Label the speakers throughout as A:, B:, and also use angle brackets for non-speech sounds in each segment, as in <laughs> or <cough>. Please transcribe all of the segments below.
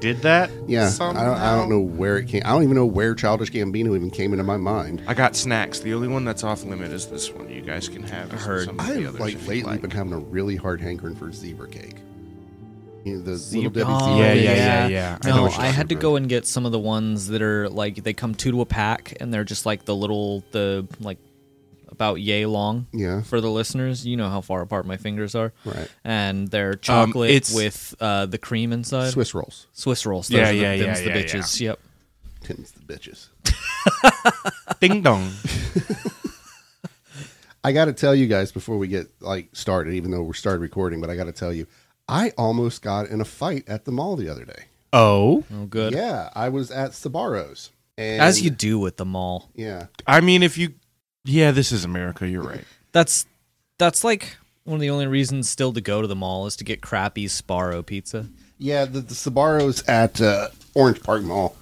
A: did that.
B: Yeah, I don't, I
A: somehow.
B: don't know where it came. I don't even know where Childish Gambino even came into my mind.
C: I got snacks. The only one that's off limit is this one. You guys can have. I
A: heard.
C: Some of the
B: I have
C: others
B: like
C: if you
B: lately
C: like.
B: been having a really hard hankering for zebra cake. You know, the little Debbie
D: Oh,
B: zebra
A: Yeah,
B: cake.
A: yeah, yeah, yeah. I know
D: No,
A: what you're
D: I had to
A: talking
D: go and get some of the ones that are like they come two to a pack, and they're just like the little the like about yay long.
B: Yeah.
D: For the listeners, you know how far apart my fingers are.
B: Right.
D: And they're chocolate
C: it's-
D: with uh, the cream inside.
B: Swiss rolls.
D: Swiss rolls.
A: Yeah,
D: those are the-
A: yeah, yeah,
D: them's the
A: yeah, yeah.
D: bitches. Yep.
B: Tins the bitches.
C: Ding
B: <laughs>
C: dong.
B: I got to tell you guys before we get like started, even though we're started recording, but I got to tell you, I almost got in a fight at the mall the other day.
A: Oh,
D: Oh, good.
B: Yeah, I was at Sabaro's. And
D: As you do with them all.
B: yeah,
C: I mean, if you, yeah, this is America. You're right.
D: That's that's like one of the only reasons still to go to the mall is to get crappy Sparrow pizza.
B: yeah, the, the Sabaro's at uh, Orange Park Mall,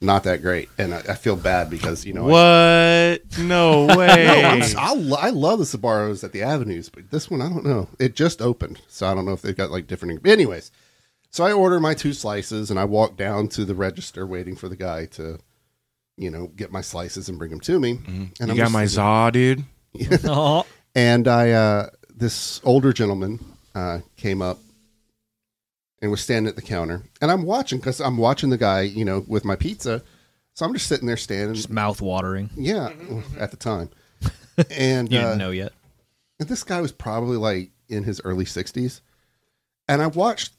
B: not that great, and I, I feel bad because you know Oh, I-
C: What?
B: <laughs>
C: No
B: I'm,
C: way.
B: I, lo- I love the Sabaros at the avenues, but this one I don't know. It just opened, so I don't know if they've got like different. Anyways, so I order my two slices and I walk down to the register, waiting for the guy to, you know, get my slices and bring them to me. And
C: Mm-hmm. you got
B: just
C: my
B: sitting-
C: za, dude.
D: oh,
B: and I uh, this older gentleman uh, came up and was standing at the counter, and I'm watching because I'm watching the guy, you know, with my pizza. So I'm just sitting there standing,
D: just mouth watering.
B: yeah, at the
D: <laughs>
B: time. And
D: You
B: uh,
D: didn't know yet.
B: and this guy was probably like in his early 60s and i watched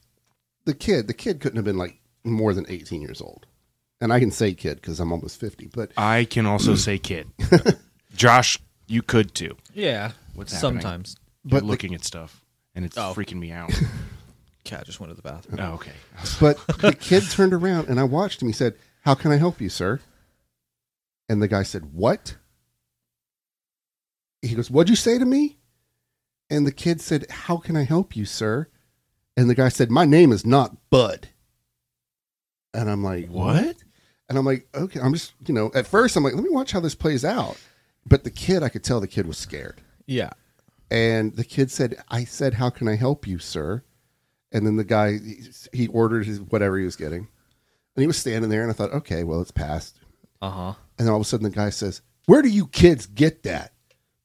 B: the kid the kid couldn't have been like more than 18 years old and i can say kid because i'm almost 50 but
C: I can
B: Mm.
C: also say
B: <laughs>
C: kid. Josh, you could too.
D: Yeah.
C: What's happening?
D: Sometimes.
C: You're
B: But the-
C: looking at stuff, and it's
D: Oh.
C: freaking me
B: <laughs>
C: out.
D: Cat just went to the bathroom.
C: oh, okay.
B: but the kid turned around and i watched him he said how can i help you sir and the guy said what he goes what'd you say to me and the kid said how can i help you sir and the guy said my name is not bud and i'm like
C: What?
B: And I'm like, okay, I'm just, you know, at first I'm like, let me watch how this plays out. But the kid, I could tell the kid was scared.
D: Yeah.
B: And the kid said, I said, how can I help you, sir? And then the guy, he- he ordered his, whatever he was getting. And he was standing there, and I thought, okay, well, it's past.
D: Uh
C: Uh-huh.
D: huh.
B: And then all of a sudden the guy says, Where do you kids get that?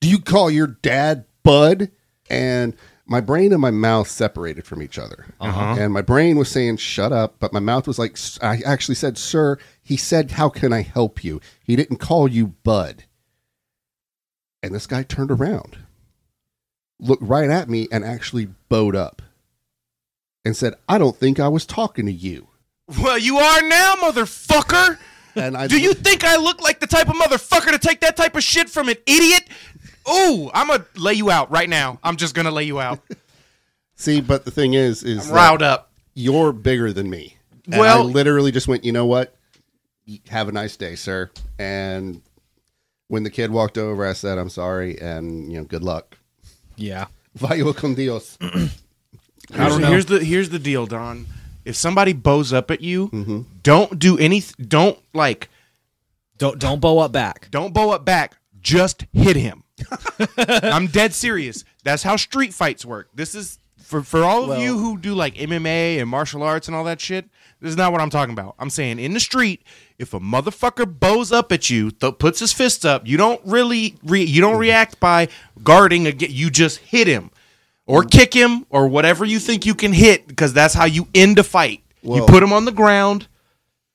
B: Do you call your dad Bud? And my brain and my mouth separated from each other.
C: Uh-huh.
B: And my brain was saying, Shut up. But my mouth was like, "S- I actually said, Sir, he said, How can I help you? He didn't call you Bud. And this guy turned around, looked right at me, and actually bowed up and said, I don't think I was talking to you.
C: Well, you are now, motherfucker.
B: And I
C: Do you think I look like the type of motherfucker to take that type of shit from an idiot? Ooh, I'm gonna lay you out right now. I'm just gonna lay you out.
B: <laughs> see? But the thing is, is
C: I'm
B: that-
C: riled up.
B: you're bigger than me. And I
C: Well-
B: literally just went, you know what? Y- Have a nice day, sir. And when the kid walked over, I said, I'm sorry, and you know, good luck. <laughs>
D: Yeah.
B: Vaya con Dios.
D: I
C: Here's-
D: don't know.
C: Here's the here's the deal, Don. If somebody bows up at you, don't do any. Don't like.
D: Don't don't bow up back.
C: Don't bow up back. Just hit him. I'm dead serious. That's how street fights work. This is for for all of you who do like MMA and martial arts and all that shit. This is not what I'm talking about. I'm saying in the street, if a motherfucker bows up at you, th- puts his fist up, you don't really re- you don't react by guarding. Against, you just hit him, or kick him, or whatever you think you can hit, because that's how you end a fight.
B: Well-
C: you put him on the ground,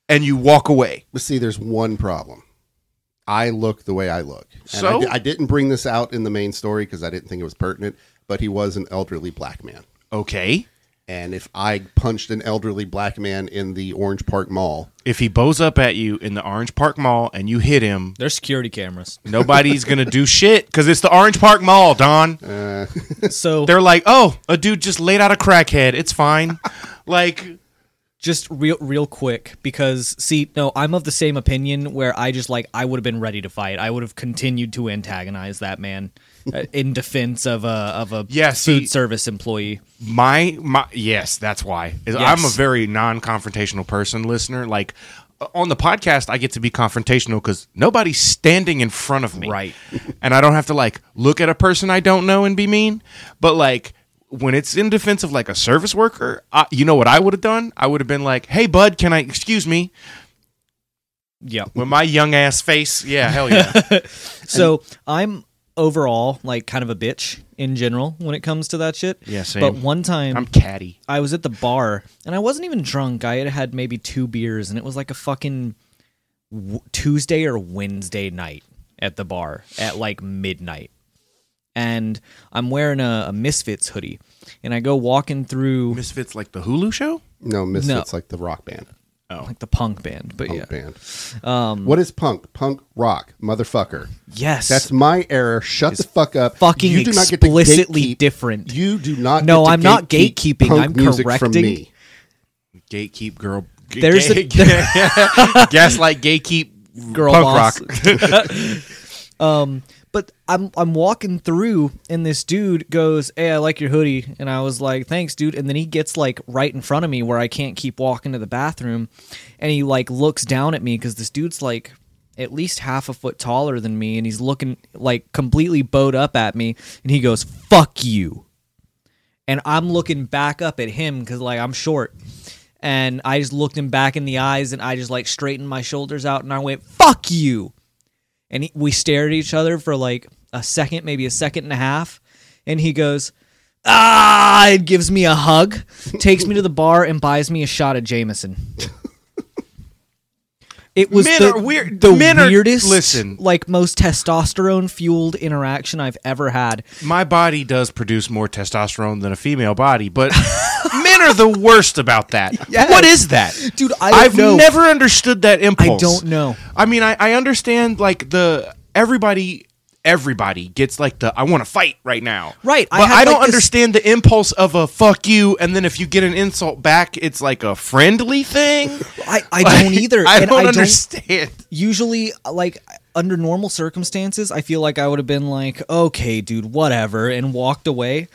C: and you walk away.
B: But see, there's one problem. I look the way I look. And I,
C: So?
B: di- I didn't bring this out in the main story because I didn't think it was pertinent, but he was an elderly black man.
C: Okay.
B: And if I punched an elderly black man in the Orange Park Mall,
C: if he bows up at you in the Orange Park Mall and you hit him,
D: There's
C: <laughs>
D: security cameras.
C: nobody's gonna do shit because it's the Orange Park Mall, Don.
D: So
C: They're like, oh, a dude just laid out a crackhead. It's fine. like,
D: just real real quick because see, no, I'm of the same opinion where I just like I would have been ready to fight. I would have continued to antagonize that man
C: <laughs>
D: uh, in defense of a of a
C: Yeah, see-
D: food service employee.
C: my my yes, that's why. Is- I'm a
D: Yes.
C: very non-confrontational person, listener. Like uh, on the podcast, I get to be confrontational because nobody's standing in front of me,
D: Right. <laughs>
C: and I don't have to like look at a person I don't know and be mean. But like when it's in defense of like a service worker, I, you know what I would have done? I would have been like, "Hey, bud, can I excuse me?"
D: Yeah.
C: With my young ass face, yeah, hell yeah.
D: <laughs> So I'm overall like kind of a bitch in general when it comes to that shit.
C: Yeah, same.
D: But one time
C: I'm catty.
D: I was at the bar and I wasn't even drunk. I had had maybe two beers and it was like a fucking w- Tuesday or Wednesday night at the bar at like midnight. And I'm wearing a, a Misfits hoodie and I go walking through
C: Misfits like the Hulu show.
B: No, Misfits like the rock band,
D: like the punk band. But
B: punk
D: yeah. Um,
B: band. Oh, what is punk? Punk rock, motherfucker.
D: Yes.
B: That's my error. Shut the fuck up.
D: fucking
B: you do not get to
D: explicitly
B: gatekeep.
D: different.
B: You do not.
D: No,
B: get to
D: I'm not
B: gatekeep
D: gatekeeping.
B: punk
D: I'm
B: music From
D: correcting.
B: me.
C: Gatekeep girl. g-
D: There's
C: gay,
D: a-
C: <laughs> gaslight gatekeep
D: girl
C: punk
D: boss.
C: rock.
D: um, but I'm I'm walking through, and this dude goes, "Hey, I like your hoodie," and I was like, "Thanks, dude." And then he gets like right in front of me where I can't keep walking to the bathroom, and he like looks down at me because this dude's like at least half a foot taller than me, and he's looking like completely bowed up at me, and he goes, "Fuck you." and I'm looking back up at him because like I'm short, and I just looked him back in the eyes, and I just like straightened my shoulders out, and I went "fuck you," and he, we stared at each other for like a second, maybe a second and a half, and he goes. Ah! It gives me a hug, takes me to the bar, and buys me a shot of
C: <laughs>
D: Jameson. It was
C: Men
D: the,
C: are weird-
D: the
C: men are-
D: weirdest,
C: listen.
D: like most testosterone fueled interaction I've ever had.
C: my body does produce more testosterone than a female body, but <laughs> men are the worst about that.
D: Yes.
C: What is that?
D: Dude, I don't
C: have
D: know.
C: never understood that impulse.
D: don't know.
C: I mean, I, I understand like the everybody everybody gets like the I want to fight right now.
D: Right, I
C: But
D: have,
C: I, don't
D: like, this-
C: understand the impulse of a fuck you and then if you get an insult back, it's like a friendly thing.
D: I, <laughs> I don't either.
C: <laughs> I
D: and
C: don't
D: I don't
C: understand.
D: usually like under normal circumstances i feel like i would have been like okay dude whatever and walked away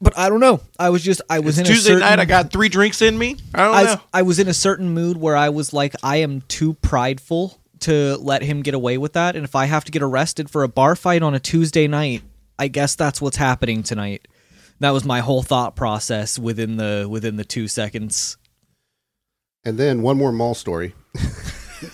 D: but i don't know i was just i was in
C: Tuesday
D: a certain,
C: night I got three drinks in me. I don't
D: I,
C: know.
D: I was in a certain mood where i was like i am too prideful to let him get away with that and if i have to get arrested for a bar fight on a tuesday night i guess that's what's happening tonight that was my whole thought process within the within the two seconds
B: And then one more mall story <laughs>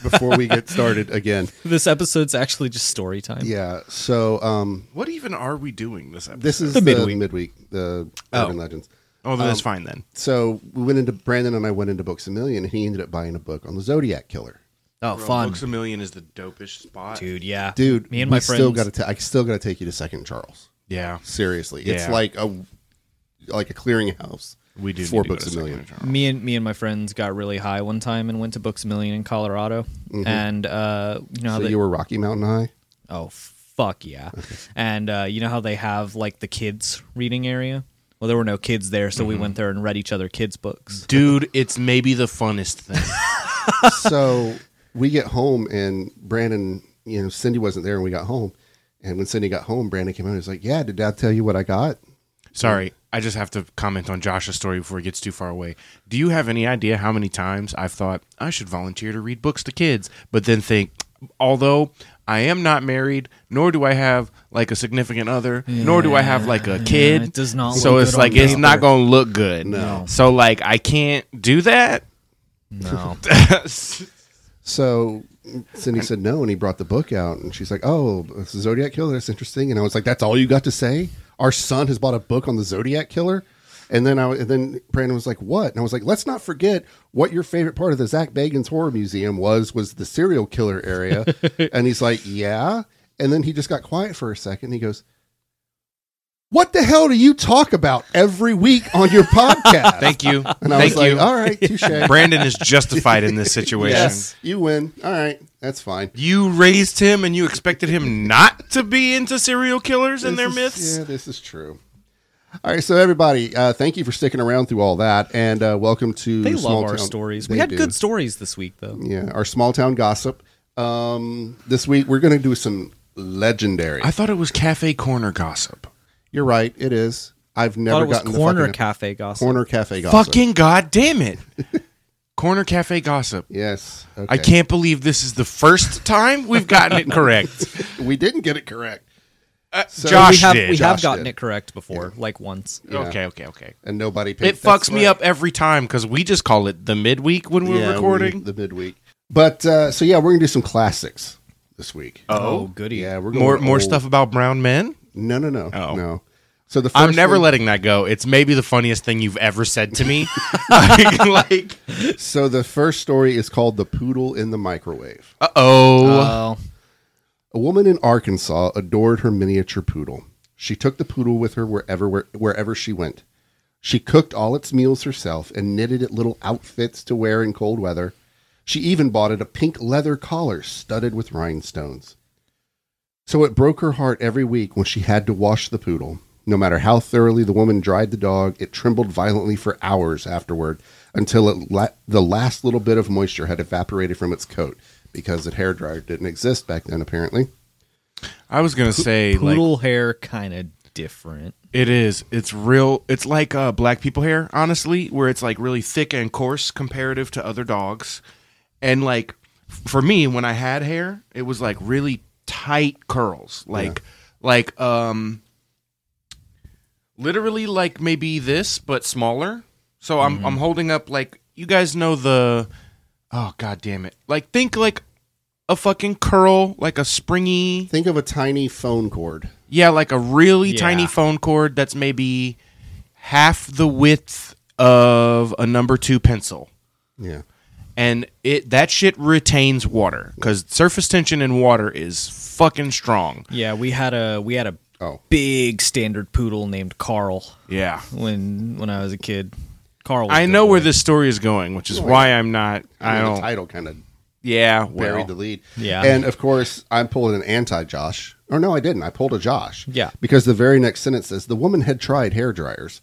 B: before we get started again.
D: this episode's actually just story time
B: Yeah. So um,
C: What even are we doing this episode?
B: this is
D: The
B: the,
D: midweek.
B: midweek. the Urban Legends.
C: oh, then that's fine then.
B: So we went into Brandon and I went into Books a Million, and he ended up buying a book on the Zodiac Killer.
D: oh
C: Bro,
D: fun
C: Books a Million is the dopest spot.
D: dude yeah
B: Dude,
D: me and
B: we
D: my friends
B: still got to. Ta- I still got to take you to Second Charles.
C: Yeah.
B: Seriously, it's
C: Yeah.
B: like a like a clearinghouse.
C: We do
B: for
C: need to go
B: Books
C: to
B: a
C: Second
B: Million.
C: Charles.
D: me and me and my friends got really high one time and went to Books a Million in Colorado, and uh, you know
B: Mm-hmm.
D: how
B: So
D: they
B: you were Rocky Mountain High.
D: oh fuck yeah, and uh, you know how they have like the kids reading area. Well, there were no kids there, so
B: Mm-hmm.
D: we went there and read each other kids' books.
C: Dude, it's maybe the funnest
D: <laughs>
C: thing.
B: <laughs> so we get home and Brandon, you know, Cindy wasn't there when we got home. And when Cindy got home, Brandon came out and was like, Yeah, did dad tell you what I got?
C: Sorry, I just have to comment on Josh's story before it gets too far away. Do you have any idea how many times I've thought I should volunteer to read books to kids, but then think, although I am not married, nor do I have like a significant other, nor do I have like a kid.
D: it does not
C: So
D: look
C: it's
D: good
C: like
D: on
C: it's
D: paper.
C: not gonna look good.
B: No.
C: So like I can't do
D: <laughs>
C: that. <laughs>
D: No,
B: So Cindy said no, and he brought the book out, and she's like, "Oh, it's the Zodiac Killer. That's interesting." And I was like, "That's all you got to say? Our son has bought a book on the Zodiac Killer." And then I and then Brandon was like, "What?" And I was like, "Let's not forget what your favorite part of the Zach Bagans Horror Museum was was the serial killer
C: <laughs>
B: area." and he's like, "Yeah." And then he just got quiet for a second. And he goes, "What the hell do you talk about every week on your
C: <laughs>
B: podcast?"
C: Thank you.
B: and I
C: Thank
B: was
C: you.
B: like,
C: <laughs>
B: "All right, touche."
C: Brandon is justified in this situation.
B: Yes, you win. All right, that's fine.
C: You raised him and you expected him not to be into serial killers and their
B: This
C: myths?
B: is- Yeah, this is true. All right, so everybody, uh, thank you for sticking around through all that, and uh, welcome to
D: <laughs> they
B: small
D: love our
B: town-
D: stories. We
B: They
D: had
B: do.
D: good stories this week though.
B: yeah, our small town gossip. Um, this week we're going to do some legendary.
C: I thought it was cafe corner gossip.
B: You're right, it is. I've
D: Thought
B: never
D: it was
B: gotten the
D: corner
B: fucking-
D: cafe gossip.
B: corner cafe gossip.
C: Fucking god damn
B: <laughs>
C: it. corner cafe gossip.
B: yes,
C: I
B: okay. <laughs>
C: can't believe this is the first time we've gotten it correct.
B: We didn't get it correct.
C: Uh,
B: So
C: Josh
D: we have
C: did.
D: we have
B: Josh
D: gotten
B: did.
D: it correct before, like once.
C: Okay, okay, okay.
B: and nobody paid.
C: It fucks me up every time because we just call it the midweek when we're recording.
B: the midweek. But uh, so yeah, we're gonna do some classics this week.
D: Oh, goody.
B: yeah, we're going
C: more more
B: old.
C: stuff about brown men.
B: No, no, no,
C: Oh.
B: no. So the first
C: i I'm never
B: one-
C: letting that go. It's maybe the funniest thing you've ever said to me. <laughs> like, like
B: So the first story is called "The Poodle in the Microwave."
C: uh oh,
D: Oh,
B: A woman in Arkansas adored her miniature poodle. She took the poodle with her wherever where, wherever she went. She cooked all its meals herself and knitted it little outfits to wear in cold weather. She even bought it a pink leather collar studded with rhinestones. So it broke her heart every week when she had to wash the poodle. No matter how thoroughly the woman dried the dog, it trembled violently for hours afterward until it la- the last little bit of moisture had evaporated from its coat because the hairdryer didn't exist back then, apparently.
C: I was gonna say like
D: poodle hair kind of different.
C: it is. It's real. It's like uh, black people hair, honestly, where it's like really thick and coarse comparative to other dogs. And like f- for me, when I had hair, it was like really tight curls, like like um, literally like maybe this but smaller. So I'm I'm holding up like you guys know the oh god damn it like think like a fucking curl like a springy
B: Think of a tiny phone cord.
C: Yeah, like a really tiny
D: Yeah.
C: phone cord that's maybe half the width of a number two pencil.
B: Yeah.
C: And it that shit retains water because surface tension in water is fucking strong.
D: Yeah, we had a we had a
B: Oh.
D: big standard poodle named Carl
C: Yeah.
D: when when I was a kid. Carl, was
C: I
D: the
C: know
D: boy.
C: where this story is going, which is why I'm not. I
B: mean, The
C: don't.
B: title kind of
C: Yeah, well,
B: buried the lead.
D: Yeah.
B: And of course, I'm pulling an anti Josh. Or no, I didn't. I pulled a Josh.
D: Yeah.
B: Because the very next sentence says the woman had tried
C: <laughs>
B: hair dryers.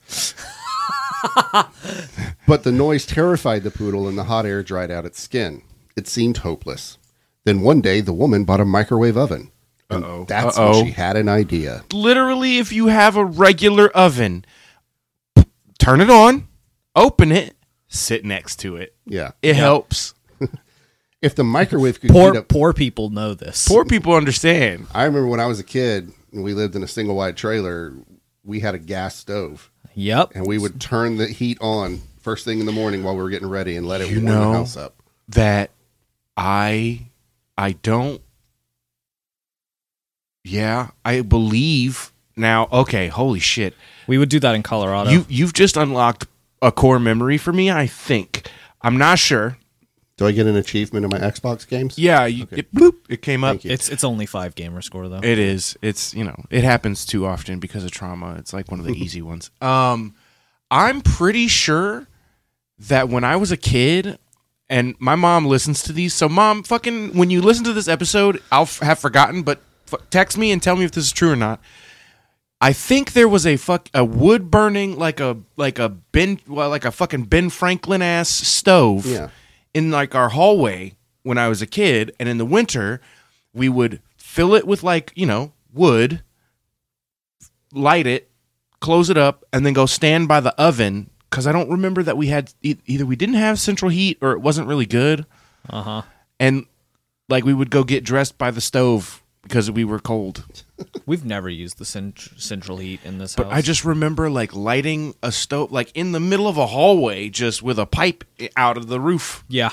B: but the noise terrified the poodle and the hot air dried out its skin. It seemed hopeless. Then one day the woman bought a microwave oven. And that's
C: Uh-oh.
B: when she had an idea.
C: literally, if you have a regular oven, turn it on, open it, sit next to it.
B: Yeah.
C: It helps.
B: If the microwave could
D: poor
B: heat up
D: poor people know this.
C: Poor people understand.
B: I remember when I was a kid and we lived in a single wide trailer, we had a gas stove
D: yep.
B: and we would turn the heat on first thing in the morning while we were getting ready and let it
C: You
B: warm
C: know-
B: the house up.
C: that I I don't Yeah, I believe now okay, holy shit.
D: We would do that in Colorado.
C: You you've just unlocked a core memory for me, I think. I'm not sure.
B: Do I get an achievement in my Xbox games?
C: Yeah, you, it, bloop, it came up.
B: Thank you.
D: it's it's only five gamer score though.
C: It is. It's you know, it happens too often because of trauma. It's like <laughs> one of the easy ones. Um I'm pretty sure that when I was a kid and my mom listens to these. So mom, fucking when you listen to this episode, I'll f- have forgotten, but f- text me and tell me if this is true or not. I think there was a fuck a wood burning like a like a Ben well, like a fucking Ben Franklin ass stove
B: Yeah.
C: in like our hallway when I was a kid, and in the winter we would fill it with like you know wood, light it, close it up, and then go stand by the oven because I don't remember that we had e- either we didn't have central heat or it wasn't really good,
D: Uh huh.
C: and like we would go get dressed by the stove because we were cold.
D: We've never used the cent- central heat in this
C: But
D: house.
C: I just remember like lighting a stove like in the middle of a hallway just with a pipe i- out of the roof.
D: yeah.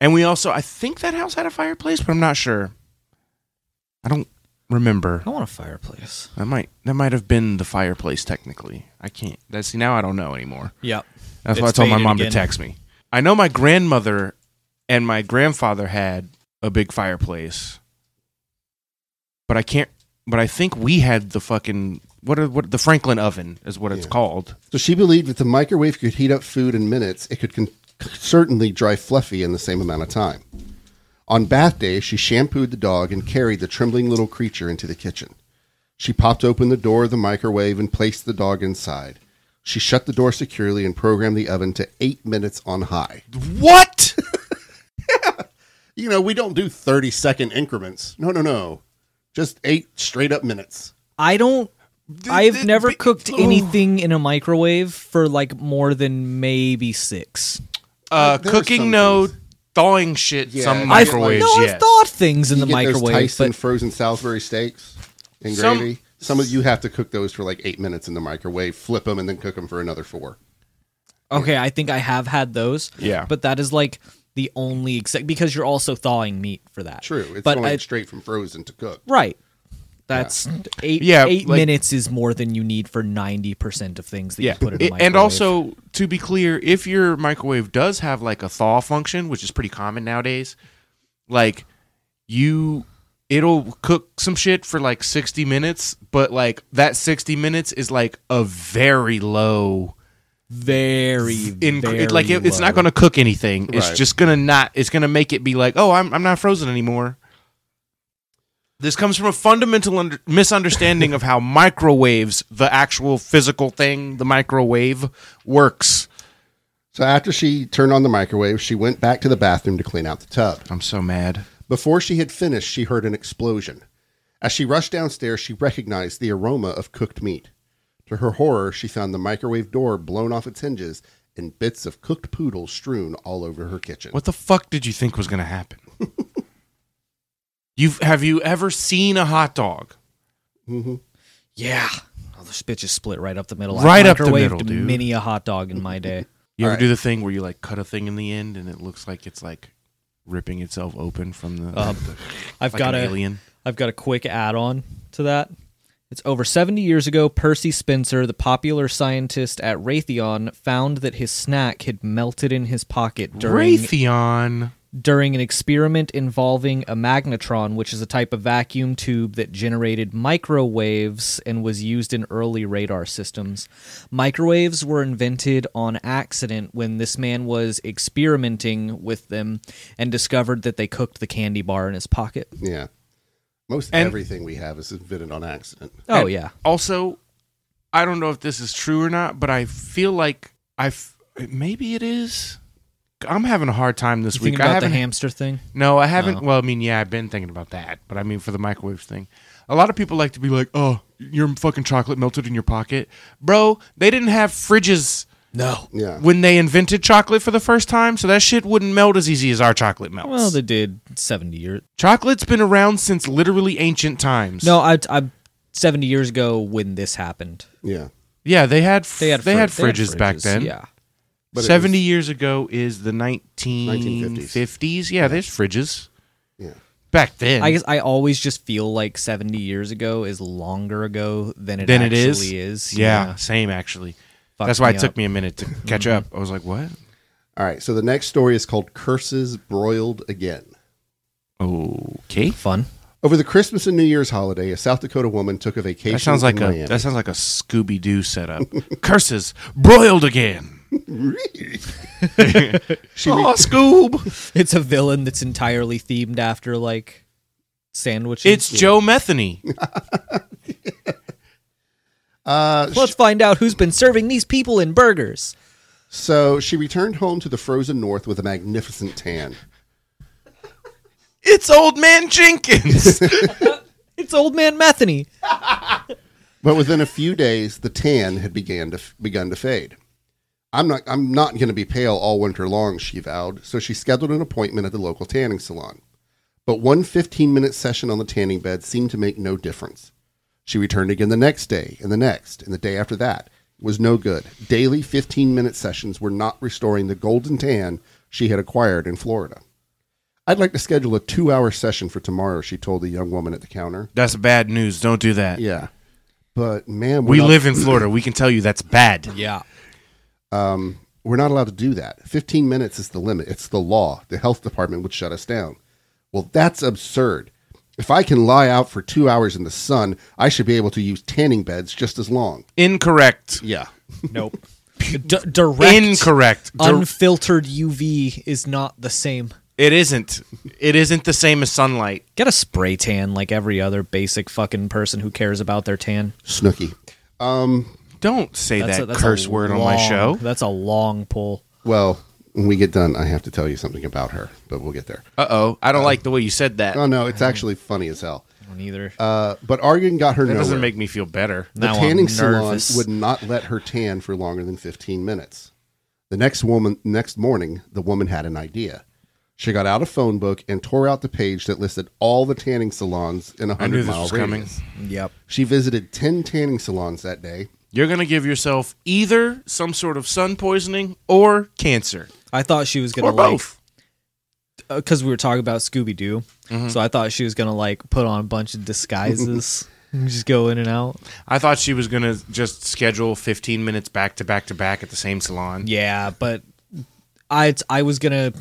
C: And we also I think that house had a fireplace, but I'm not sure. I don't remember.
D: I want a fireplace.
C: That might that might have been the fireplace technically. I can't. That see now I don't know anymore.
D: Yep.
C: That's why I
D: It's
C: told my
D: faded
C: mom to
D: again.
C: text me. I know my grandmother and my grandfather had a big fireplace, but I can't. But I think we had the fucking what? Are, what the Franklin oven is what it's
B: Yeah.
C: called.
B: So she believed if the microwave could heat up food in minutes, it could con- certainly dry Fluffy in the same amount of time. On bath day, she shampooed the dog and carried the trembling little creature into the kitchen. She popped open the door of the microwave and placed the dog inside. She shut the door securely and programmed the oven to eight minutes on high. <laughs>
C: What?
B: You know, we don't do 30 second increments. No, no, no. Just eight straight up minutes.
D: I don't.
C: th-
D: I've never
C: be-
D: cooked
C: oh.
D: anything in a microwave for like more than maybe six.
C: Uh,
B: There were
C: cooking
B: some
C: no,
B: things.
C: thawing shit.
B: Yeah,
C: some
B: I-
D: I've
C: microwaves.
D: no,
C: yes.
D: I've thawed things in
B: You
D: the
B: get those
D: microwave,
B: Tyson
D: but
B: frozen Salisbury steaks. and
C: Some-
B: gravy. Some of you have to cook those for like eight minutes in the microwave, flip them, and then cook them for another four.
D: Okay, I think I have had those.
C: Yeah.
D: But that is like the only exact because you're also thawing meat for that.
B: True, it's
D: but
B: going
D: I,
B: straight from frozen to cook.
D: right. That's eight.
C: Yeah,
D: eight
C: like-
D: minutes is more than you need for ninety percent of things that
C: Yeah,
D: you put in.
C: It-
D: A
C: and
D: microwave.
C: also to be clear, if your microwave does have like a thaw function, which is pretty common nowadays, like you, it'll cook some shit for like sixty minutes, but like that sixty minutes is like a very low.
D: very,
C: In,
D: very
C: it, like it, it's
D: low.
C: not going to cook anything. It's
B: Right.
C: just going to not. It's going to make it be like, oh, I'm I'm not frozen anymore. This comes from a fundamental under, misunderstanding of how microwaves, the actual physical thing, the microwave works.
B: So after she turned on the microwave, she went back to the bathroom to clean out the tub.
C: I'm so mad.
B: Before she had finished, she heard an explosion. As she rushed downstairs, she recognized the aroma of cooked meat. To her horror, she found the microwave door blown off its hinges and bits of cooked poodle strewn all over her kitchen.
C: What the fuck did you think was going to happen? You've have you ever seen a hot dog?
D: Yeah. Oh, this bitch is split right up the middle.
C: Right
D: I
C: up the
D: microwaved
C: middle, dude.
D: Many a hot dog in my day.
C: You ever
B: Alright.
C: do the thing where you like cut a thing in the end and it looks like it's like ripping itself open from the,
D: Um,
C: the-
D: I've
C: like
D: got
C: an
D: a
C: alien?
D: I've got a quick add-on to that. It's over 70 years ago, Percy Spencer, the popular scientist at Raytheon, found that his snack had melted in his pocket during
C: Raytheon.
D: during an experiment involving a magnetron, which is a type of vacuum tube that generated microwaves and was used in early radar systems. Microwaves were invented on accident when this man was experimenting with them and discovered that they cooked the candy bar in his pocket.
B: Yeah. Most
C: And-
B: everything we have is invented on accident.
D: Oh,
C: And
D: yeah.
C: Also, I don't know if this is true or not, but I feel like I maybe it is. I'm having a hard time this
D: You
C: week.
D: thinking
C: I
D: about the Oh.
C: haven't
D: hamster thing?
C: No, I haven't. Well, I mean, yeah, I've been thinking about that, but I mean, for the microwave thing, a lot of people like to be like, "Oh, your fucking chocolate melted in your pocket, bro." They didn't have fridges Oh.
D: No.
B: Yeah.
C: when they invented chocolate for the first time, so that shit wouldn't melt as easy as our chocolate melts.
D: Well, they did 70 years.
C: Chocolate's been around since literally ancient times.
D: No, I, I 70 years ago when this happened.
B: Yeah.
C: yeah, they had fr-
D: They had,
C: they
D: fri-
C: had fridges back then.
D: Yeah.
B: But it
C: Seventy years ago is the nineteen fifties. Yeah, there's fridges
B: Yeah.
C: back then.
D: I guess I always just feel like 70 years ago is longer ago than it
C: than it
D: actually
C: is.
D: is.
C: Yeah, same actually.
D: Fucked
C: That's why
D: me
C: it took
D: up.
C: me a
B: <laughs>
C: minute to catch up. I was like, "What?
B: All right. So the next story is called Curses Broiled Again.
C: Okay."
D: Fun.
B: Over the Christmas and New Year's holiday, a South Dakota woman took a vacation.
C: That sounds like
B: in
C: a
B: Miami.
C: that sounds like a Scooby Doo setup.
B: <laughs>
C: Curses broiled again.
B: She
C: oh,
B: <laughs>
C: Scoob!
D: It's a villain that's entirely themed after like sandwiches.
C: It's Joe Metheny.
B: <laughs> uh,
D: Let's find out who's been serving these people in burgers.
B: so she returned home to the frozen north with a magnificent tan.
C: It's Old Man
B: <laughs>
C: Jenkins.
D: It's old man Metheny.
B: But within a few days, the tan had began to begun to fade. I'm not I'm not going to be pale all winter long, she vowed. So she scheduled an appointment at the local tanning salon. But one 15-minute session on the tanning bed seemed to make no difference. She returned again the next day, and the next, and the day after that. It was no good. Daily 15-minute sessions were not restoring the golden tan she had acquired in Florida. I'd like to schedule a 2-hour session for tomorrow, she told the young woman at the counter.
C: That's bad news. Don't do that.
B: Yeah. But ma'am, we're
C: We
B: not-
C: live
B: <clears throat>
C: in Florida. We can tell you that's bad.
D: Yeah.
B: um, we're not allowed to do that. 15 minutes is the limit. It's the law. The health department would shut us down. Well, that's absurd. If I can lie out for two hours in the sun, I should be able to use tanning beds just as long.
C: Incorrect.
B: Yeah.
D: Nope. <laughs> D- direct
C: Incorrect. Dir-
D: unfiltered UV is not the same.
C: it isn't. It isn't the same as sunlight.
D: Get a spray tan like every other basic fucking person who cares about their tan.
B: Snooky.
C: Don't say
D: That's a-
C: that
D: that's a
C: curse word on my
D: long-
C: show.
D: That's a long pull.
B: Well, when we get done, I have to tell you something about her, but we'll get there.
C: Uh oh. I don't like the way you said that.
B: Oh, no, it's actually funny as hell.
D: I don't either.
B: Uh, but arguing got her
C: That
B: nowhere.
C: doesn't make me feel better.
B: The
D: Now I'm
B: tanning salon
D: nervous.
B: would not let her tan for longer than 15 minutes. The next woman next morning, the woman had an idea. She got out a phone book and tore out the page that listed all the tanning salons in a
C: I knew
B: hundred
C: this
B: mile
C: was
B: radius.
C: coming.
D: Yep.
B: She visited ten tanning salons that day.
C: You're gonna give yourself either some sort of sun poisoning or cancer
D: I thought she was gonna
C: or
D: like
C: both.
D: because we were talking about Scooby Doo,
C: Mm-hmm.
D: so I thought she was gonna like put on a bunch of disguises, and just go in and out.
C: I thought she was gonna just schedule 15 minutes back to back to back at the same salon.
D: Yeah, but I I was gonna,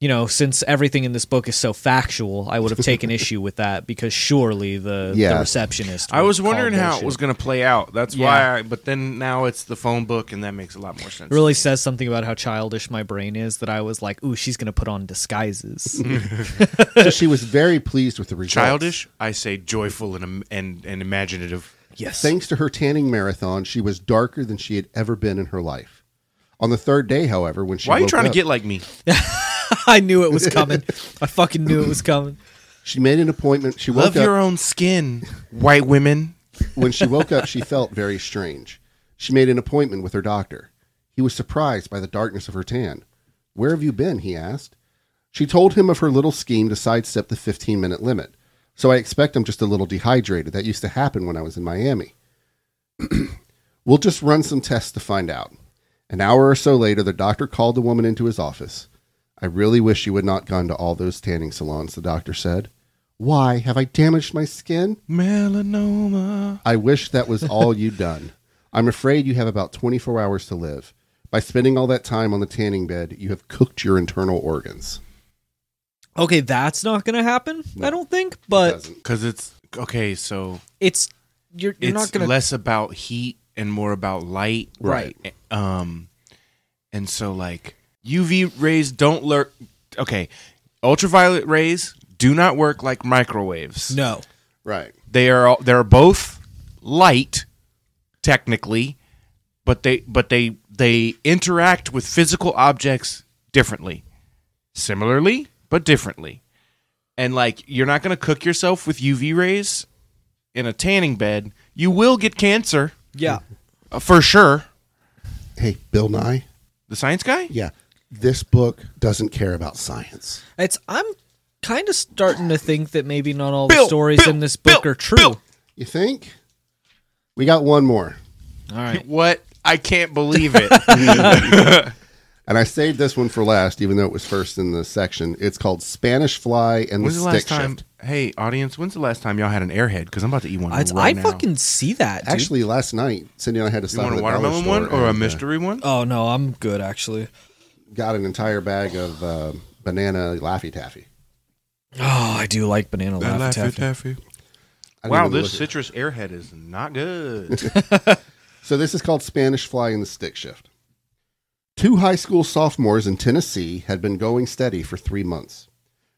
D: you know, since everything in this book is so factual, I would have
C: <laughs>
D: taken issue with that because surely the, the
B: Yeah.
D: receptionist.
C: I
D: would
C: was
D: call
C: wondering how it
D: bullshit.
C: was gonna play out. That's
D: Yeah.
C: why. I, but then now it's the phone book, and that makes a lot more sense.
D: It really says something about how childish my brain is that I was like, "Ooh, she's gonna put on disguises."
C: Mm-hmm.
B: So she was very <laughs> pleased with the results.
C: Childish, I say joyful and im- and, and imaginative.
D: yes.
B: Thanks to her tanning marathon, she was darker than she had ever been in her life. On the third day, however, when she
C: Why are you
B: woke
C: trying
B: up,
C: to get like me?
D: <laughs> I knew it
C: <laughs>
D: was coming. I fucking knew it was coming.
B: she made an appointment. She woke
C: Love
B: up
C: your own skin, white women.
B: when she woke up, she felt very strange. She made an appointment with her doctor. He was surprised by the darkness of her tan. Where have you been? he asked. She told him of her little scheme to sidestep the 15 minute limit. So I expect I'm just a little dehydrated. That used to happen when I was in Miami. <clears throat> we'll just run some tests to find out. An hour or so later, the doctor called the woman into his office. I really wish you had not gone to all those tanning salons, the doctor said. Why? Have I damaged my skin?
C: Melanoma.
B: I wish that was
C: <laughs>
B: all you'd done. I'm afraid you have about 24 hours to live. By spending all that time on the tanning bed, you have cooked your internal organs.
D: Okay, that's not gonna happen. I don't think, but
B: Doesn't-
C: Because it's okay. So
D: it's you're you're
C: it's
D: not gonna
C: less about heat and more about light.
D: right.
C: Um, and so like UV rays don't lurk. Okay, ultraviolet rays do not work like microwaves.
D: No.
B: Right.
C: They are all, they're both light technically, but they but they they interact with physical objects differently. Similarly, but differently. And like you're not going to cook yourself with UV rays in a tanning bed. You will get cancer
D: Yeah.
C: uh, for sure.
B: Hey, Bill Nye.
C: The science guy?
B: Yeah. This book doesn't care about science.
D: It's I'm kind of starting to think that maybe not all the
C: Bill,
D: stories
C: Bill,
D: in this book
C: Bill,
D: are true.
C: Bill.
B: You think? We got one more.
D: All right.
C: What? I can't believe
D: <laughs>
C: it.
B: And I saved this one for last, even though it was first in the section. It's called Spanish Fly and
C: when's
B: the,
C: the last
B: Stick
C: time?
B: Shift.
C: Hey, audience, when's the last time y'all had an airhead? Because I'm about to eat one.
D: I,
C: right
D: I
C: now.
D: fucking see that. Dude.
B: Actually, last night, Cindy and I had to
C: You
B: stop
C: want
B: at
C: a
B: the dollar
C: watermelon
B: store
C: one or a
B: and, uh,
C: mystery one?
D: Oh no, I'm good actually.
B: got an entire bag of uh, banana Laffy Taffy.
D: Oh, I do like banana laffy taffy.
B: I didn't
C: Wow,
B: even
C: this
B: look at it.
C: citrus airhead is not good.
B: So this is called Spanish Fly in the Stick Shift. Two high school sophomores in Tennessee had been going steady for three months.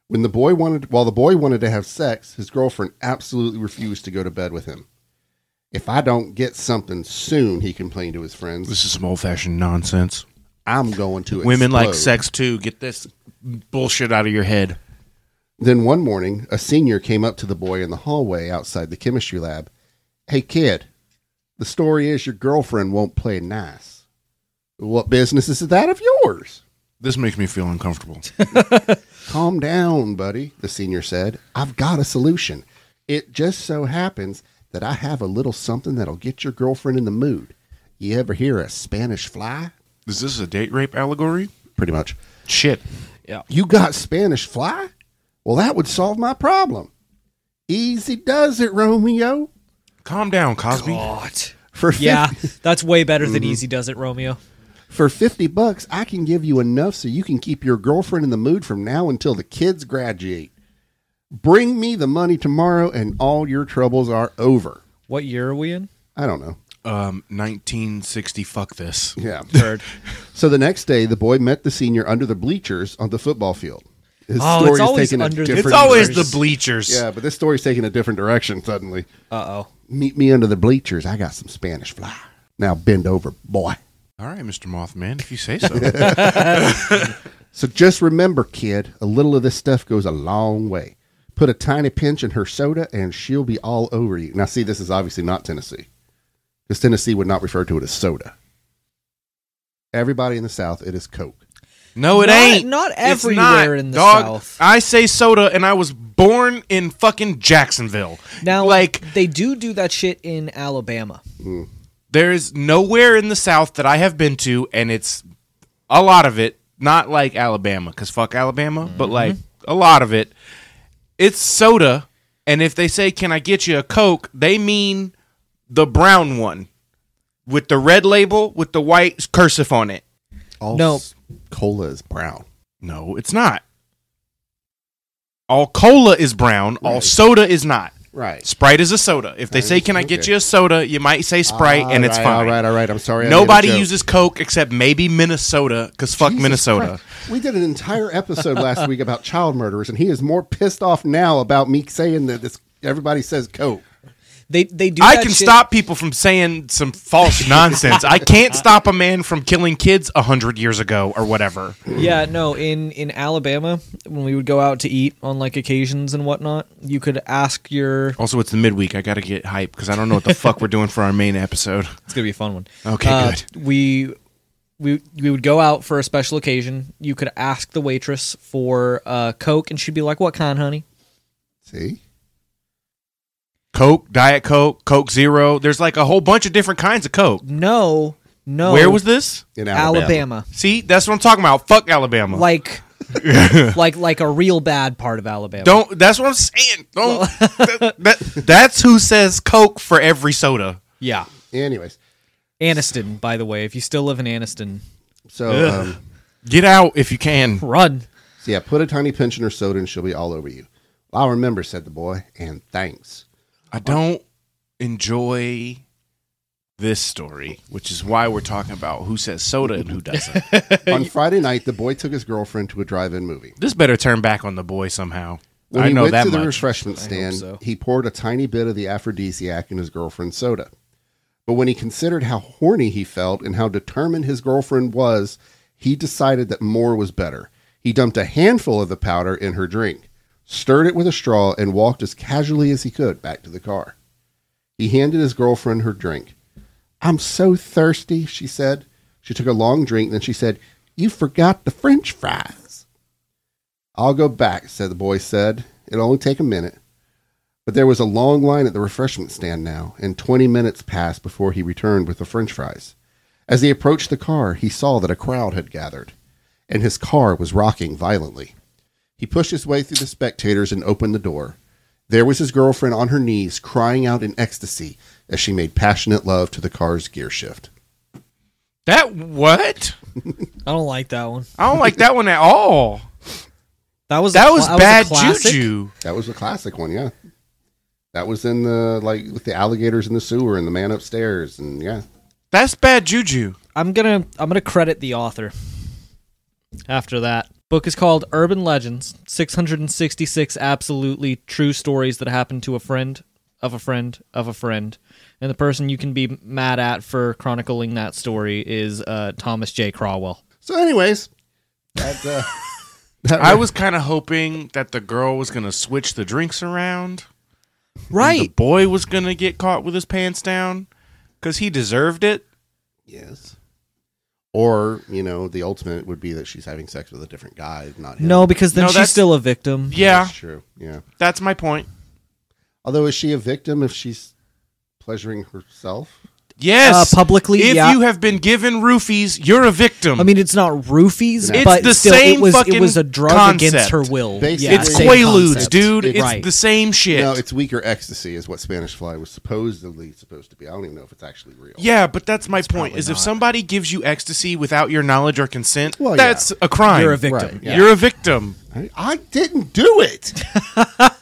B: When the boy wanted, while the boy wanted to have sex, his girlfriend absolutely refused to go to bed with him. If I don't get something soon, he complained to his
C: <laughs>
B: friends,
C: this is some old fashioned nonsense.
B: I'm going to
C: Women like
B: explode."
C: sex too. Get this bullshit out of your head.
B: Then one morning, a senior came up to the boy in the hallway outside the chemistry lab. Hey, kid, the story is your girlfriend won't play nice. What business is that of yours?
C: This makes me feel uncomfortable.
B: Calm down, buddy, the senior said. I've got a solution. It just so happens that I have a little something that'll get your girlfriend in the mood. You ever hear a Spanish fly?
C: is this a date rape allegory?
B: Pretty much.
C: Shit.
B: You got Spanish fly? Well, that would solve my problem. Easy does it, Romeo.
C: Calm down, Cosby.
D: God.
B: For 50,
D: Yeah, that's way better than
C: Mm-hmm.
D: easy does it, Romeo.
B: for 50 bucks, I can give you enough so you can keep your girlfriend in the mood from now until the kids graduate. Bring me the money tomorrow and all your troubles are over.
D: What year
C: <laughs>
D: are we in?
B: I don't know.
C: Um, 1960. Fuck this.
B: Yeah.
D: Third.
B: So the next day, the boy met the senior under the bleachers on the football field. His
D: Oh, it's
B: story's
D: always
B: taking
D: under
B: a
D: the-
B: different
C: It's always
D: years.
C: the bleachers.
B: yeah, but this story's taking a different direction suddenly.
D: Uh oh.
B: Meet me under the bleachers. I got some Spanish fly. Now bend over, boy.
C: All right, Mr. Mothman, if you say so.
B: So just remember, kid, a little of this stuff goes a long way. Put a tiny pinch in her soda, and she'll be all over you. Now, see, this is obviously not Tennessee, because Tennessee would not refer to it as soda. Everybody in the South, it is Coke.
C: No, it
D: Not-
C: ain't.
D: not
C: It's
D: everywhere in the
C: dog.
D: South.
C: I say soda, and I was born in fucking Jacksonville.
D: Now,
C: like,
D: they do do that shit in Alabama.
C: there is nowhere in the South that I have been to, and it's a lot of it. Not like Alabama, because fuck Alabama, but
B: Mm-hmm.
C: like a lot of it. It's soda, and if they say, "Can I get you a Coke?" they mean the brown one with the red label with the white cursive on it.
B: All
D: No.
B: s- cola is brown.
C: No, it's not. All cola is brown. All soda is not.
B: Right.
C: Sprite is a soda. If they say, "Can I get
B: Okay.
C: you a soda?" you might say Sprite, and it's
B: All
C: fine.
B: right, all right. I'm sorry. I made a
C: Nobody
B: joke.
C: uses Coke except maybe Minnesota, because fuck
B: Jesus
C: Minnesota.
B: Christ. We did an entire episode last week about child murderers, and he is more pissed off now about me saying that this. Everybody says Coke.
D: They they do.
C: I
D: that
C: can
D: shit-
C: stop people from saying some false nonsense. I can't stop a man from killing kids a hundred years ago or whatever.
D: Yeah, no. In in Alabama, when we would go out to eat on like occasions and whatnot, you could ask your.
C: Also, it's the midweek. I gotta get hype because I don't know what the fuck we're doing for our main episode.
D: It's gonna be a fun one.
C: Okay,
D: Uh,
C: good.
D: We we we would go out for a special occasion. You could ask the waitress for uh, Coke, and she'd be like, "What kind, honey?"
B: See,
C: Coke, Diet Coke, Coke Zero. There's like a whole bunch of different kinds of Coke.
D: No, no.
C: Where was this?
B: in Alabama,
D: Alabama?
C: See, that's what I'm talking about. Fuck Alabama. <laughs>
D: Like, like, like a real bad part of Alabama.
C: don't. That's what I'm saying. Don't. that, that- that's who says Coke for every soda.
D: Yeah,
B: Anyways,
D: Anniston. By the way, if you still live in Anniston,
B: so um,
C: Get out if you can.
D: run.
B: so yeah, put a tiny pinch in her soda, and she'll be all over you. I'll remember," said the boy, and thanks.
C: I don't enjoy this story, which is why we're talking about who says soda and who
D: <laughs>
C: doesn't.
B: On Friday night, the boy took his girlfriend to a drive-in movie.
C: this better turn back on the boy somehow.
B: When
C: I
B: he
C: know
B: went
C: that
B: to the
C: much.
B: refreshment stand,
D: so.
B: he poured a tiny bit of the aphrodisiac in his girlfriend's soda. But when he considered how horny he felt and how determined his girlfriend was, he decided that more was better. He dumped a handful of the powder in her drink, stirred it with a straw, and walked as casually as he could back to the car. He handed his girlfriend her drink. I'm so thirsty, she said. She took a long drink, then she said, You forgot the french fries. I'll go back, said the boy said. It'll only take a minute. But there was a long line at the refreshment stand now, and twenty minutes passed before he returned with the french fries. As he approached the car, he saw that a crowd had gathered, and his car was rocking violently. He pushed his way through the spectators and opened the door. There was his girlfriend on her knees, crying out in ecstasy as she made passionate love to the car's gear shift.
C: That what?
D: I don't like that one.
C: I don't like that one at all.
D: <laughs> That was
C: That
D: a,
C: was
D: cla-
C: bad
D: a classic.
C: juju.
B: That was the classic one, yeah. That was in the like with the alligators in the sewer and the man upstairs, and yeah.
C: That's bad juju.
D: I'm gonna I'm gonna credit the author. After that, book is called Urban Legends: 666 absolutely true stories that happened to a friend of a friend of a friend. And the person you can be mad at for chronicling that story is uh, Thomas J. Cromwell.
B: So, anyways, that,
C: <laughs>
B: uh, <laughs> that
C: I was kind of hoping that the girl was gonna switch the drinks around. The
D: Right.
C: boy was gonna get caught with his pants down because he deserved it.
B: yes. Or you know, the ultimate would be that she's having sex with a different guy, not him.
D: No, because then
C: No,
D: she's
C: that's-
D: still a victim.
C: Yeah,
B: that's true. Yeah.
C: that's my point.
B: Although, is she a victim if she's pleasuring herself?
C: Yes,
D: Uh, publicly,
C: If
D: yeah.
C: you have been given roofies, you're a victim.
D: I mean, it's not roofies,
B: It's
D: but
C: the
D: still,
C: same
D: it was it
C: fucking
D: was a drug against
C: concept.
D: her will.
B: Basically,
D: Yeah,
C: it's
D: same
C: quaaludes,
D: concept.
C: dude. It's
D: right.
C: the same shit.
B: No, it's weaker ecstasy, is what Spanish Fly was supposedly supposed to be. I don't even know if it's actually real.
C: yeah, but that's my point. Is if somebody gives you ecstasy without your knowledge or consent,
B: Well, yeah.
C: that's a crime.
D: You're a victim.
B: Right, yeah.
C: You're a victim.
B: I, I didn't
C: <laughs>
B: do it.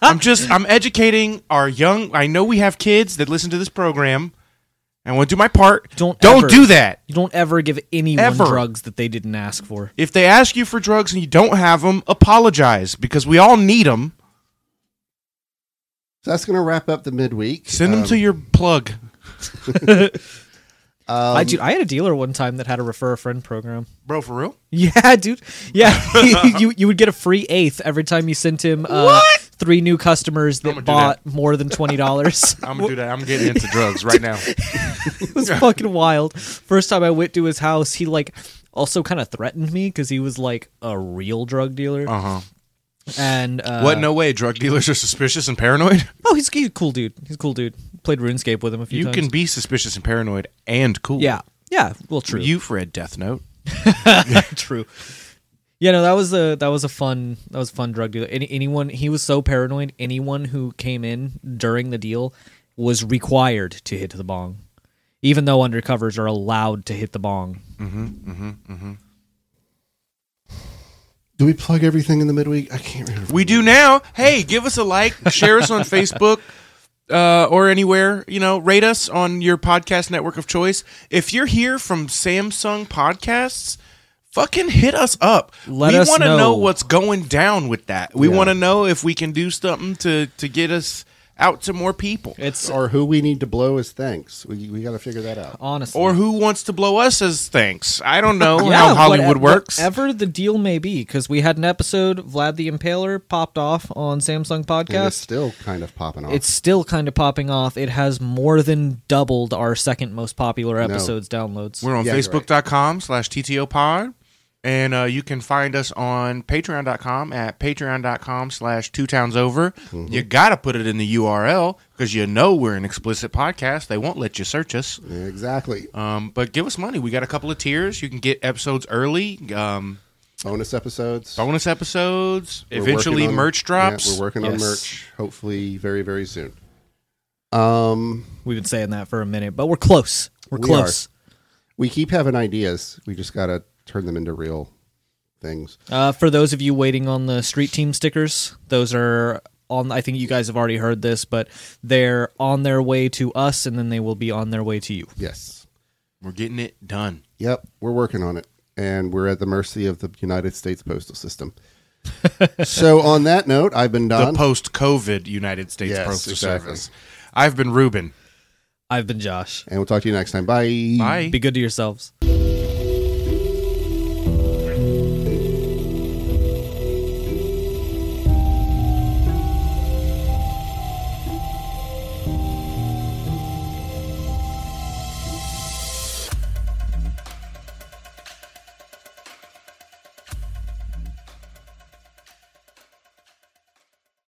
C: I'm just I'm educating our young. I know we have kids that listen to this program. I want to do my part.
D: Don't
C: don't
D: ever.
C: do that.
D: You don't ever give anyone
C: Ever.
D: drugs that they didn't ask for.
C: If they ask you for drugs and you don't have them, apologize because we all need them.
B: So that's going to wrap up the midweek.
C: Send them
B: Um,
C: to your plug.
B: um,
D: I dude, I had a dealer one time that had a refer a friend program. <laughs>
C: Bro, for real?
D: Yeah, dude. Yeah, <laughs> you you would get a free eighth every time you sent him uh, three new customers that
C: gonna do
D: bought more than
C: <laughs>
D: twenty dollars.
C: I'm going to do that. I'm getting <laughs> into drugs right now.
D: it was fucking wild. First time I went to his house, he like also kind of threatened me because he was like a real drug dealer.
C: Uh huh.
D: And uh,
C: what? No way. Drug dealers are suspicious and
D: <laughs>
C: paranoid.
D: Oh, he's, he's a cool dude. He's a cool dude. Played RuneScape with him a few
C: You
D: times.
C: can be suspicious and paranoid and cool.
D: yeah, yeah. Well, true.
C: You've read Death Note.
D: True. <laughs> Yeah, no, that was a that was a fun that was a fun drug deal. Any, anyone he was so paranoid. Anyone who came in during the deal was required to hit the bong, even though undercovers are allowed to hit the bong.
B: Do we plug everything in the midweek? I can't remember.
C: We do now. Hey, give us a like, share us
D: <laughs>
C: on Facebook uh, or anywhere. You know, rate us on your podcast network of choice. If you're here from Samsung Podcasts, fucking hit us up.
D: Let
C: we
D: us
C: wanna know.
D: know.
C: what's going down with that. We
B: Yeah.
C: want to know if we can do something to to get us out to more people.
D: It's
B: or who we need to blow as thanks. We, we got to figure that out.
D: honestly
C: Or who wants to blow us as thanks? I
D: <laughs>
C: don't know
D: Yeah,
C: how Hollywood
D: whatever,
C: works.
D: Whatever the deal may be, because we had an episode Vlad the Impaler popped off on Samsung
B: And it's
D: Podcast.
B: still kind of popping off.
D: It's still kind of popping off. It has more than doubled our second most popular episodes downloads.
C: We're on
B: Yeah, you're right.
C: facebook.com slash TTO pod. And uh, you can find us on patreon.com at patreon.com slash two towns over.
B: Mm-hmm.
C: You got to put it in the URL because you know we're an explicit podcast. They won't let you search us.
B: exactly.
C: Um, but give us money. We got a couple of tiers. You can get episodes early, um,
B: Bonus episodes.
C: bonus episodes,
B: We're
C: eventually
B: working on-
C: merch
B: Yeah,
C: drops.
B: we're working on
D: Yes.
B: merch, hopefully very very soon. Um,
D: We've been saying that for a minute, but we're close. We're
B: We
D: close.
B: we keep having ideas. We just got to turn them into real things.
D: Uh, for those of you waiting on the street team stickers, those are on. I think you guys have already heard this, but they're on their way to us, and then they will be on their way to you.
B: Yes.
C: we're getting it done.
B: Yep. We're working on it, and we're at the mercy of the United States
C: <laughs>
B: postal system. so on that note, I've been
C: The
B: Don.
C: post COVID United States
B: Yes,
C: Postal
B: exactly.
C: Service. I've been Ruben.
D: I've been Josh.
B: and we'll talk to you next time.
C: Bye.
D: Be good to yourselves.